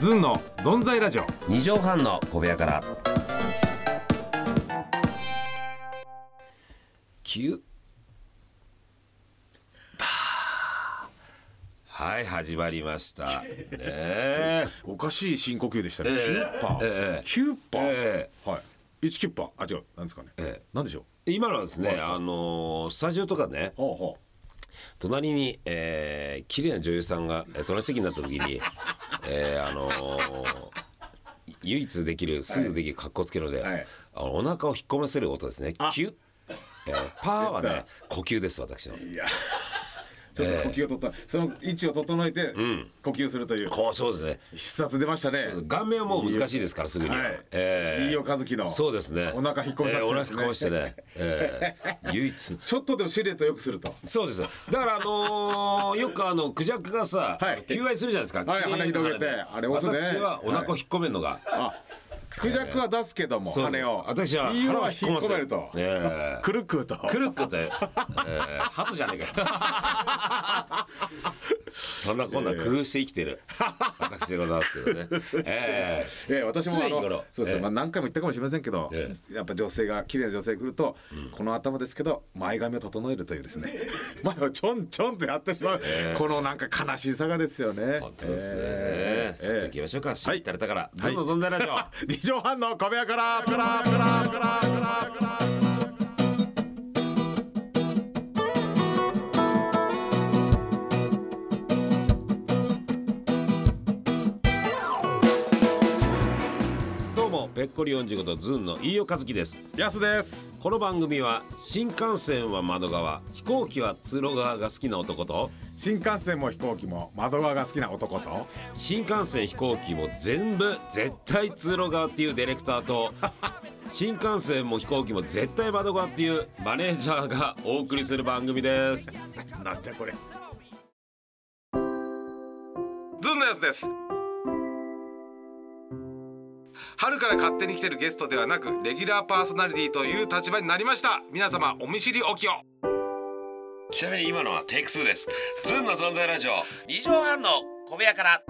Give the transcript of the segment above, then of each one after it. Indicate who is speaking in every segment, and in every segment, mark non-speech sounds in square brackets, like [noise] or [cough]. Speaker 1: ずんのぞんざいラジオ
Speaker 2: 二畳半の小部屋から
Speaker 3: 九。
Speaker 2: はい始まりましたね [laughs] え
Speaker 1: おかしい深呼吸でしたね、
Speaker 2: ええ
Speaker 1: キュッパー、
Speaker 2: ええ
Speaker 1: キュッパー、
Speaker 2: え
Speaker 1: はい1キュッパーあ違うなんですかね、
Speaker 2: ええ
Speaker 1: なんでしょう
Speaker 2: 今のはですね、
Speaker 1: はい
Speaker 2: あのースタジオとかね
Speaker 1: ほうほ
Speaker 2: 隣に、えー、綺麗な女優さんがえー隣席になった時にえー、あのー唯一できるすぐできる格好つけるので、
Speaker 1: はい
Speaker 2: あのお腹を引っ込ませる音ですね
Speaker 1: あ
Speaker 2: キュッ、えー、パーは
Speaker 1: 出
Speaker 2: ね呼吸です私の
Speaker 1: ういや [laughs] ちょっと呼吸を取った、その位置を整えて、呼吸するという
Speaker 2: こうそうですね
Speaker 1: 必殺出ましたね
Speaker 2: 顔面はもう難しいですからすぐには、
Speaker 1: はい
Speaker 2: ええ
Speaker 1: 飯尾和樹の
Speaker 2: そうですね
Speaker 1: お腹引っ込めさせ
Speaker 2: ええ
Speaker 1: て
Speaker 2: お
Speaker 1: ね
Speaker 2: 腹引っ込ましてね、ええ唯一
Speaker 1: ちょっとでもシルエットよくすると
Speaker 2: そうですだからあのーよくあのクジャクがさ、
Speaker 1: はい
Speaker 2: 求愛するじゃないですか、
Speaker 1: はい
Speaker 2: 綺麗な
Speaker 1: 鼻広げて
Speaker 2: で
Speaker 1: あれオスね
Speaker 2: 私はお腹を引っ込めるのが、
Speaker 1: あクジャクは出すけども、
Speaker 2: そう
Speaker 1: 羽を
Speaker 2: 私は
Speaker 1: 飯
Speaker 2: 腹
Speaker 1: 尾
Speaker 2: を
Speaker 1: は
Speaker 2: 引
Speaker 1: 引っ
Speaker 2: っ込ませ
Speaker 1: 込めると、
Speaker 2: ええ
Speaker 1: くるくると
Speaker 2: くるっくって、ええ鳩じゃねえか [laughs] そんなこんな工夫して生き [laughs] てる私でございますけどね、ええ
Speaker 1: ええ、私もあ
Speaker 2: 常日
Speaker 1: の
Speaker 2: 頃
Speaker 1: そうですね、
Speaker 2: ええ
Speaker 1: まあ、何回も言ったかもしれませんけど、
Speaker 2: え
Speaker 1: やっぱ女性が綺麗な女性が来ると、この頭ですけど前髪を整えるというですね前をちょんちょんってやってしまう、このなんか悲しさがですよね。
Speaker 2: 本当ですね。
Speaker 1: ええ
Speaker 2: 早速行きましょうか。知ったれたから。どんどんどんどんラジオ。
Speaker 1: 二畳半の小部屋からプラプラプラプラプラ
Speaker 2: [laughs] どうも、ぺっこり45とズンの飯尾和樹です。
Speaker 1: やすです。
Speaker 2: この番組は、新幹線は窓側、飛行機は通路側が好きな男と、
Speaker 1: 新幹線も飛行機も窓側が好きな男と
Speaker 2: 新幹線飛行機も全部絶対通路側っていうディレクター
Speaker 1: [laughs]
Speaker 2: と、新幹線も飛行機も絶対窓側っていうマネージャーがお送りする番組です。
Speaker 1: なんじゃこれ。ずんのやつです。
Speaker 4: 春から勝手に来てるゲストではなくレギュラーパーソナリティという立場になりました皆様お見知りおきを
Speaker 2: ちなみに今のはテイク2です。ズンの存在ラジオ、2畳半の小部屋から。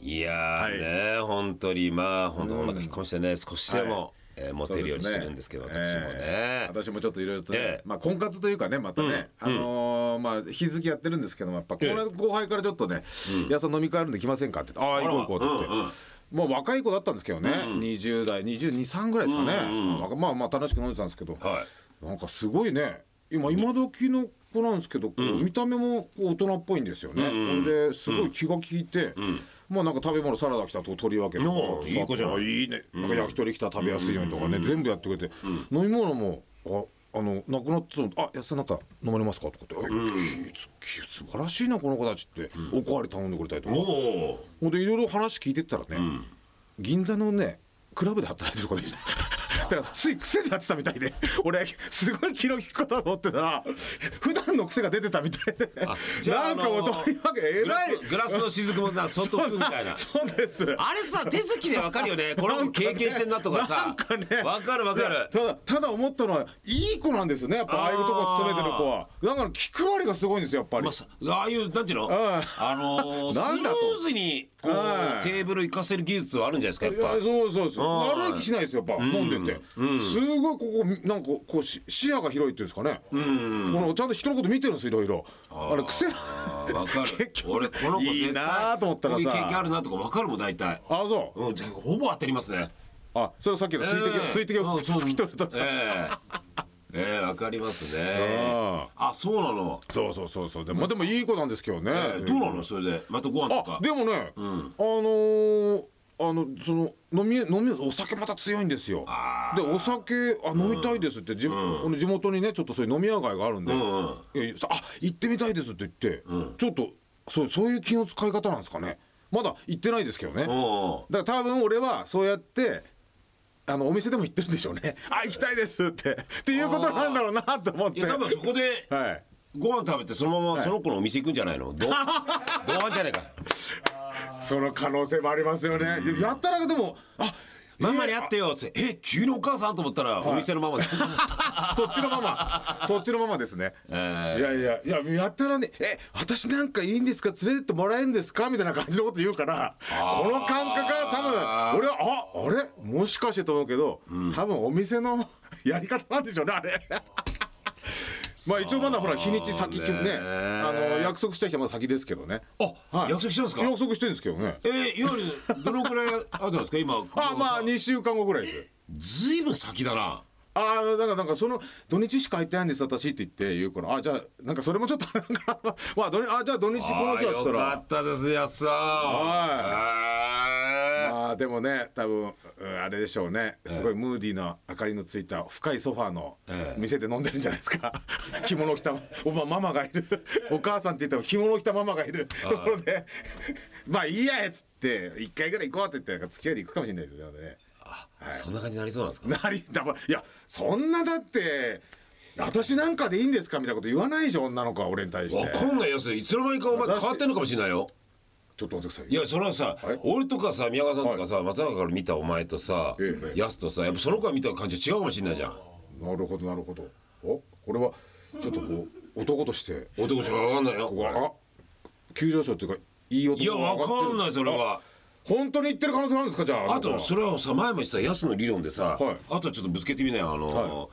Speaker 2: いやーね、本当にまあ本当お腹引っ込みしてね、少しでも、
Speaker 1: はい
Speaker 2: えーモテるようにしてるんですけど、
Speaker 1: そうで
Speaker 2: 私
Speaker 1: す
Speaker 2: もね。
Speaker 1: 私もちょっといろいろとね、
Speaker 2: ええ
Speaker 1: まあ婚活というかねまたね、
Speaker 2: う
Speaker 1: あ
Speaker 2: ん
Speaker 1: のーまあ日付やってるんですけどもやっぱこの後輩からちょっとね「いやさん飲み会あるんで来ませんか?」って言って「ああ
Speaker 2: ら
Speaker 1: 行こう行こう」って言って。
Speaker 2: うんうん
Speaker 1: もう若い子だったんですけどね、20代223ぐらいですかね、
Speaker 2: うんうん
Speaker 1: まあまあまあ楽しく飲んでたんですけど、
Speaker 2: はい。
Speaker 1: なんかすごいね今今時の子なんですけど、こう見た目もこう大人っぽいんですよね、
Speaker 2: うんうん
Speaker 1: これですごい気が利いて、まあなんか食べ物サラダ来たと取り分ける
Speaker 2: おういい子じゃない
Speaker 1: いいねなんか焼き鳥来たら食べやすいようにとかね、全部やってくれて、飲み物もああのなくなってたのあ安田なんか飲まれますか?」とかって「うん、き素晴らしいなこの子たち」って、おかわり頼んでくれたりとか
Speaker 2: おお。
Speaker 1: ほんでいろいろ話聞いてったらね、銀座のねクラブで働いてる子でした
Speaker 2: [laughs]
Speaker 1: だからつい癖になってたみたいで俺すごい気の利く子だと思ってたら普段の癖が出てたみたいで
Speaker 2: あじゃ
Speaker 1: な
Speaker 2: あ
Speaker 1: んかもう
Speaker 2: あのー
Speaker 1: とにかく偉
Speaker 2: グラ
Speaker 1: い。
Speaker 2: スのグラスの雫もな、外行くみたいな
Speaker 1: そうです
Speaker 2: [laughs] あれさ手つきでわかるよね。これも経験してんなとかさ。
Speaker 1: なんかね
Speaker 2: わかるわかる。
Speaker 1: ただただ思ったのはいい子なんですよねやっぱああいうとこ勤めてる子はだから気配りがすごいんですよやっぱり、
Speaker 2: まあさ、ああいうなんていうの、
Speaker 1: ん
Speaker 2: あのー、ス
Speaker 1: [laughs] なん
Speaker 2: ム
Speaker 1: だと
Speaker 2: ーズにこう
Speaker 1: うん
Speaker 2: テーブル行かせる技術はあるんじゃないです
Speaker 1: い
Speaker 2: かや
Speaker 1: や
Speaker 2: っぱ。
Speaker 1: そうそうそう
Speaker 2: うん
Speaker 1: 悪い気しないですよやっぱ飲んでて、すごいここなんかこうし視野が広いっていうんですかね、このちゃんと人のこと見てるんですいろいろあれ癖な
Speaker 2: あーわかる。俺この子絶対
Speaker 1: いいなーと思ったらさ
Speaker 2: こういう経験あるなとかわかるもん大体。
Speaker 1: あそう
Speaker 2: うん、じゃあほぼ当たりますね。
Speaker 1: あそれはさっきの水滴を、水滴を
Speaker 2: うんそう
Speaker 1: 拭き取ると、
Speaker 2: ええええわかります
Speaker 1: うん
Speaker 2: ね。あ、そうなの。
Speaker 1: そうそうそうそうでも,、まあ、でもいい子なんですけどね、
Speaker 2: ええどうなのそれでまたご飯と
Speaker 1: あ
Speaker 2: か。
Speaker 1: でもね、あのーあのその飲み飲みお酒また強いんですよでお酒あ飲みたいですって、じあの地元にねちょっとそういう飲み屋街があるんで、
Speaker 2: うんうん
Speaker 1: いやいやさあ行ってみたいですって言って、ちょっとそうそういう気の使い方なんですかねまだ行ってないですけどね、
Speaker 2: うんうん。
Speaker 1: だから多分俺はそうやってあのお店でも行ってるんでしょうねあ行きたいですってっていうことなんだろうなと思っ
Speaker 2: い
Speaker 1: て
Speaker 2: や多分そこで
Speaker 1: はい
Speaker 2: ご飯食べてそのままその子のお店行くんじゃないの。 [laughs] ど同伴じゃないか。
Speaker 1: その可能性もありますよね、やったらでもあ
Speaker 2: ママに会ってよ」っつって「え急にお母さん?」と思ったらお店のマ [laughs] マで
Speaker 1: そっちのままそっちのままですね、
Speaker 2: えー
Speaker 1: いやいやいややったらね「え私なんかいいんですか連れてってもらえるんですか?」みたいな感じのこと言うからこの感覚は多分俺はああれもしかしてと思うけど、多分お店の [laughs] やり方なんでしょうねあ
Speaker 2: [laughs]
Speaker 1: れ。まあ一応まだほら日にち先ねねあの約束した日はまだ先ですけどね
Speaker 2: あ、
Speaker 1: はい
Speaker 2: 約束したんですか
Speaker 1: 約束してるんですけどね
Speaker 2: えー、いわゆるどのくらい後なんですか今
Speaker 1: あまあ2週間後ぐらいです
Speaker 2: ずいぶん先だな
Speaker 1: ああだからなんかその土日しか入ってないんです私って言って言うからあじゃあなんかそれもちょっとなん [laughs] かまあ土日あじゃあ土日この
Speaker 2: あ
Speaker 1: 日はっつった
Speaker 2: よからったですね安さんはい
Speaker 1: ああでもね多分うんあれでしょうねすごいムーディーな明かりのついた深いソファーの
Speaker 2: ええ
Speaker 1: 店で飲んでるんじゃないですか [laughs] 着物着たおばママがいる [laughs] お母さんって言ったら着物着たママがいるところで [laughs] まあいいやっつって一回ぐらい行こうって言ってなんか付き合いで行くかもしれないですよね。
Speaker 2: そんな感じになりそうなんですか
Speaker 1: なりだばいやそんなだって私なんかでいいんですかみたいなこと言わないでしょ女の子は俺に対して
Speaker 2: わかんないやついつの間にかお前
Speaker 1: 私
Speaker 2: 変わってんのかもしれないよ
Speaker 1: ちょっと待ってください
Speaker 2: いやそれはさ、
Speaker 1: はい
Speaker 2: 俺とかさ宮川さんとかさ、松坂から見たお前とさ、
Speaker 1: ええ
Speaker 2: やすとさやっぱその子が見た感じは違うかもしれないじゃん
Speaker 1: なるほどなるほどおこれはちょっとこう男として
Speaker 2: 男じゃわかんないよ
Speaker 1: ここあ急上昇っていうかいい男
Speaker 2: いやわかんないそれは
Speaker 1: 本当に言ってる可能性があるんですかじゃあ
Speaker 2: あとそれはさ前もさやすの理論でさ、
Speaker 1: はい
Speaker 2: あとちょっとぶつけてみなよあの、
Speaker 1: は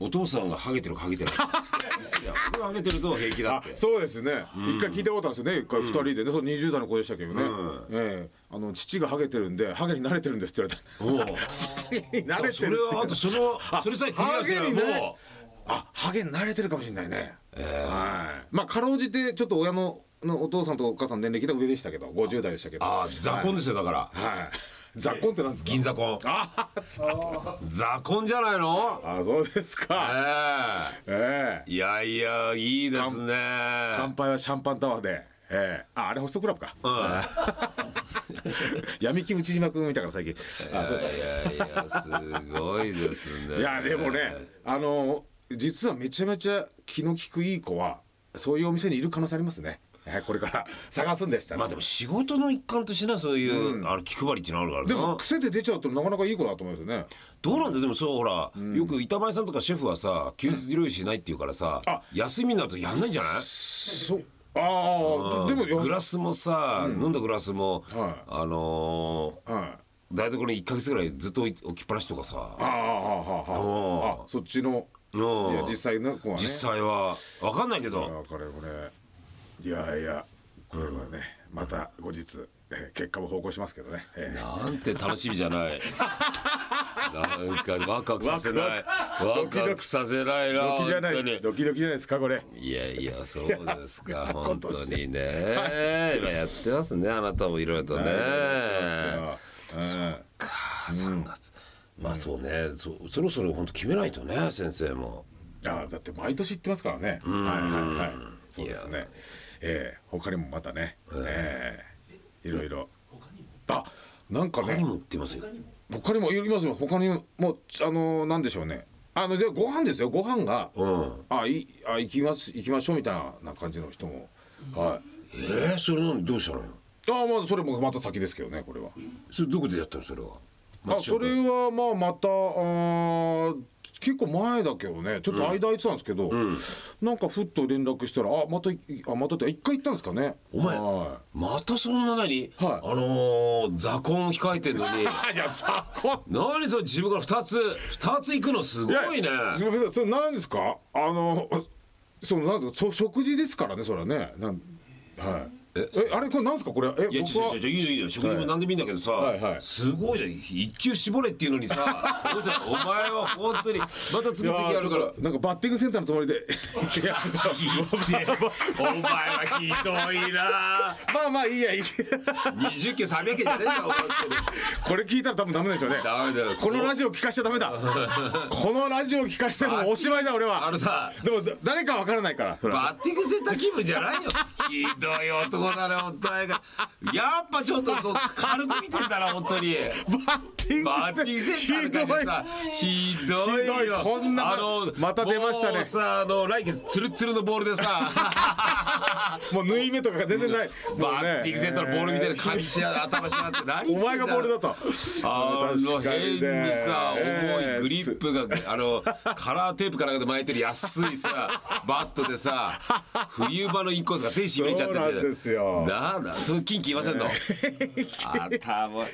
Speaker 2: お父さんがハゲてるかハゲ
Speaker 1: [laughs]
Speaker 2: てない嘘や僕がハゲてると平気だ
Speaker 1: あ
Speaker 2: って
Speaker 1: そうですね一回聞いたことあるんですよね一回二人でねその20代の子でしたけどねええあの父がハゲてるんでハゲに慣れてるんですって言われ
Speaker 2: おう
Speaker 1: たハゲに慣れてるって
Speaker 2: それ [laughs] はあとそのそれさえ組み合わせたら
Speaker 1: ハゲに慣れ
Speaker 2: も
Speaker 1: あハゲに慣れてるかもしれないね、はいまあかろうじてちょっと親ののお父さんとお母さんの年齢が上でしたけど50代でしたけ
Speaker 2: う
Speaker 1: ど
Speaker 2: ああ雑
Speaker 1: は
Speaker 2: 婚ですよだから
Speaker 1: い、はい、 [laughs] 雑婚ってなんですか
Speaker 2: 銀座婚
Speaker 1: あ
Speaker 2: 雑婚じゃないの
Speaker 1: あそうです
Speaker 2: え
Speaker 1: か
Speaker 2: え
Speaker 1: ええ
Speaker 2: いやいやいいですね
Speaker 1: 乾杯はシャンパンタワーでええああれホストクラブか、
Speaker 2: うん
Speaker 1: [laughs] 闇金内島君見たから最近あそう
Speaker 2: いやいやすごいですね
Speaker 1: いやでもねあの実はめちゃめちゃ気の利くいい子はそういうお店にいる可能性ありますね、ええこれから探すんでしたら
Speaker 2: まあでも仕事の一環としてなそういう、あの気配りっていうのあるからな
Speaker 1: でも癖で出ちゃうとなかなかいい子だと思いますよね
Speaker 2: どうなんだよでもそうほら、よく板前さんとかシェフはさ休日料理しないっていうからさ、
Speaker 1: あ
Speaker 2: 休みになるとやんないんじゃない
Speaker 1: そうああでもよ
Speaker 2: グラスもさ、飲んだグラスも、
Speaker 1: はい
Speaker 2: あのー
Speaker 1: はい
Speaker 2: 台所に1か月ぐらいずっと置い置きっぱなしとかさ
Speaker 1: ああああああああそっちの
Speaker 2: うん
Speaker 1: いや実際の子はね
Speaker 2: 実際は分かんないけど
Speaker 1: あこれこれいやいやこれはねまた後日えー結果も報告しますけどねえー
Speaker 2: なんて楽しみじゃ [laughs] ないなんかワクワクさせないワ
Speaker 1: ク
Speaker 2: クワクさせないな
Speaker 1: ドキじゃな
Speaker 2: 本当に
Speaker 1: いドキドキじゃないですかこれ
Speaker 2: いやいやそうです [laughs] か
Speaker 1: 今
Speaker 2: 本
Speaker 1: 年
Speaker 2: 当にね、今やってますねあなたもいろいろとね、
Speaker 1: うん
Speaker 2: あ3月、まあそうねそそろそろ本当決めないとね先生も
Speaker 1: あだって毎年言ってますからねはいはいはいそうですねえー他にもまたねえーいろいろあなんか
Speaker 2: 何
Speaker 1: ね
Speaker 2: も言ってますよ
Speaker 1: 他にもいますよ他にももうあのなんでしょうねあのじゃあご飯ですよご飯が、
Speaker 2: うん
Speaker 1: あいあ行きます行きましょうみたいな感じの人もはい
Speaker 2: えー、それなんどうしたのよ
Speaker 1: あまあそれもまた先ですけどねこれは
Speaker 2: それどこでやったのそれは
Speaker 1: あそれはまあまたあー結構前だけどねちょっと間空いてたんですけど、なんかふっと連絡したらあまたいあまたって一回行ったんですかね
Speaker 2: お前
Speaker 1: は
Speaker 2: またそんな何、
Speaker 1: はい
Speaker 2: あのー、雑婚控えてんの [laughs] に
Speaker 1: いや雑魚
Speaker 2: 何それ自分から2つ2つ行くのすごいね
Speaker 1: やすみませんそれ何ですかあのそのなんていうかそ食事ですからねそれはねなんはいえあれこれなんですかこれえ
Speaker 2: いや、ち
Speaker 1: 僕
Speaker 2: ょ
Speaker 1: は
Speaker 2: ちょちょ、いいのいいの、食事も何でもいいんだけどさ、
Speaker 1: はいはい
Speaker 2: すごいね、一級絞れっていうのにさ。お前お前は本当に、また次々やるか
Speaker 1: いや
Speaker 2: ら
Speaker 1: ちょっ。となんかバッティングセンターのつもり
Speaker 2: [laughs]
Speaker 1: でいや
Speaker 2: お前はひどいな。
Speaker 1: まあまあいいやいい [laughs]
Speaker 2: 二十件三百件じゃねえんだよ、
Speaker 1: これ聞いたら多分ダメでしょうね
Speaker 2: ダメだよ
Speaker 1: このラジオ聞かしちゃダメだ
Speaker 2: [laughs]
Speaker 1: このラジオ聞かしてもおしまいだ俺は
Speaker 2: あのさ
Speaker 1: でもだ誰かわからないからそれは
Speaker 2: バッティングセンター気分じゃないよ。ひどい男こだね本当あやがやっぱちょっとこう軽く見てんだな本当に
Speaker 1: バッティング
Speaker 2: バッティングセンターだけさひどいよ
Speaker 1: ひどいこんな
Speaker 2: あの
Speaker 1: また出ましたね
Speaker 2: もうさあの来月ツルツルのボールで
Speaker 1: [laughs]
Speaker 2: さ
Speaker 1: もう縫い目とかが全然ない、もうね
Speaker 2: バッティングセンターのボールみたいな感じしや頭しや
Speaker 1: [laughs]
Speaker 2: がって何言ってん
Speaker 1: お前がボールだと
Speaker 2: あの変にさ、重いグリッ
Speaker 1: プ
Speaker 2: プが、あの、カラーテープかなんかで巻いてる安
Speaker 1: [laughs]
Speaker 2: いさ、バットでさ、冬場のインコースが手閉めちゃってて。
Speaker 1: そうなんですよ
Speaker 2: なんだ、そのキンキ言いま
Speaker 1: [laughs]
Speaker 2: せんの。頭、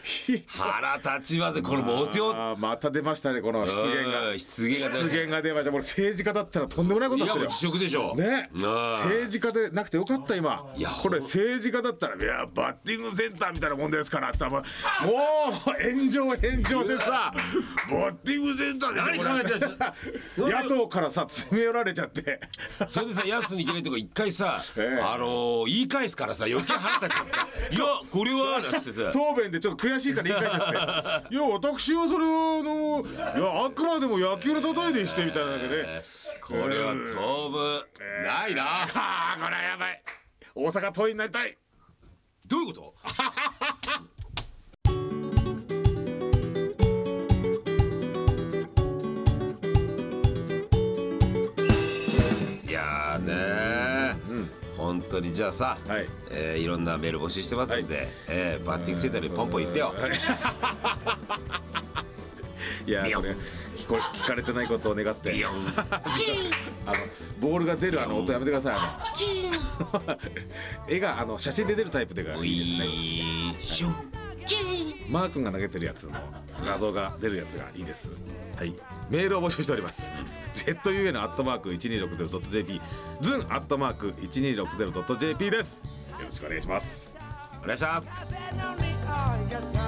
Speaker 2: 腹立ちません、このモテ男。
Speaker 1: あーまた出ましたねこの失言が
Speaker 2: うん失言が出
Speaker 1: 失言が出ましたこれ政治家だったらとんでもないこと
Speaker 2: い
Speaker 1: だ
Speaker 2: や、
Speaker 1: った
Speaker 2: もう
Speaker 1: よ
Speaker 2: 辞職でしょ。
Speaker 1: ね、
Speaker 2: あー
Speaker 1: 政治家でなくてよかった今
Speaker 2: いや
Speaker 1: これ政治家だったら「いやバッティングセンターみたいなもんですから」って言ったらもう炎上炎上で [laughs] さ「バッティングセンターで
Speaker 2: 何考えてんだ
Speaker 1: 野党からさ詰め寄られちゃって
Speaker 2: それでさ、やすにきれとか一回さ、
Speaker 1: [laughs] ええ
Speaker 2: あのー言い返すからさ、余計腹立っちゃってさ、 [laughs] いや、これは、なんつってさ。
Speaker 1: 答弁でちょっと悔しいから言い返しちゃって「いや私はそれはあのいやあくまでも野球の例えでして」みたいなわけで
Speaker 2: これは当分ない
Speaker 1: [laughs]
Speaker 2: な、
Speaker 1: ああこれはやばい大阪党員になりたい
Speaker 2: どういうこと [laughs] いやーねー、本当にじゃあさ、
Speaker 1: はいい
Speaker 2: えーいろんなメール募集してますんで、えーバッティングセンターにポンポン行ってよ。
Speaker 1: いや
Speaker 2: ビヨン
Speaker 1: これ聞こ聞かれてないことを願って
Speaker 2: ビヨ
Speaker 1: あ
Speaker 2: ン
Speaker 1: のボールが出るあの音やめてくださいあの [laughs] 絵があの写真で出るタイプでが [laughs]
Speaker 2: ウ
Speaker 1: いい
Speaker 2: ィ
Speaker 1: ですね
Speaker 2: ーシュン
Speaker 1: マー君が投げてるやつの画像が出るやつがいいですはいメールを募集しております [laughs] zun アットマーク 1260.jp zun アットマーク 1260.jp ですよろしくお願いします
Speaker 2: お願いします。
Speaker 3: I said, only I got time.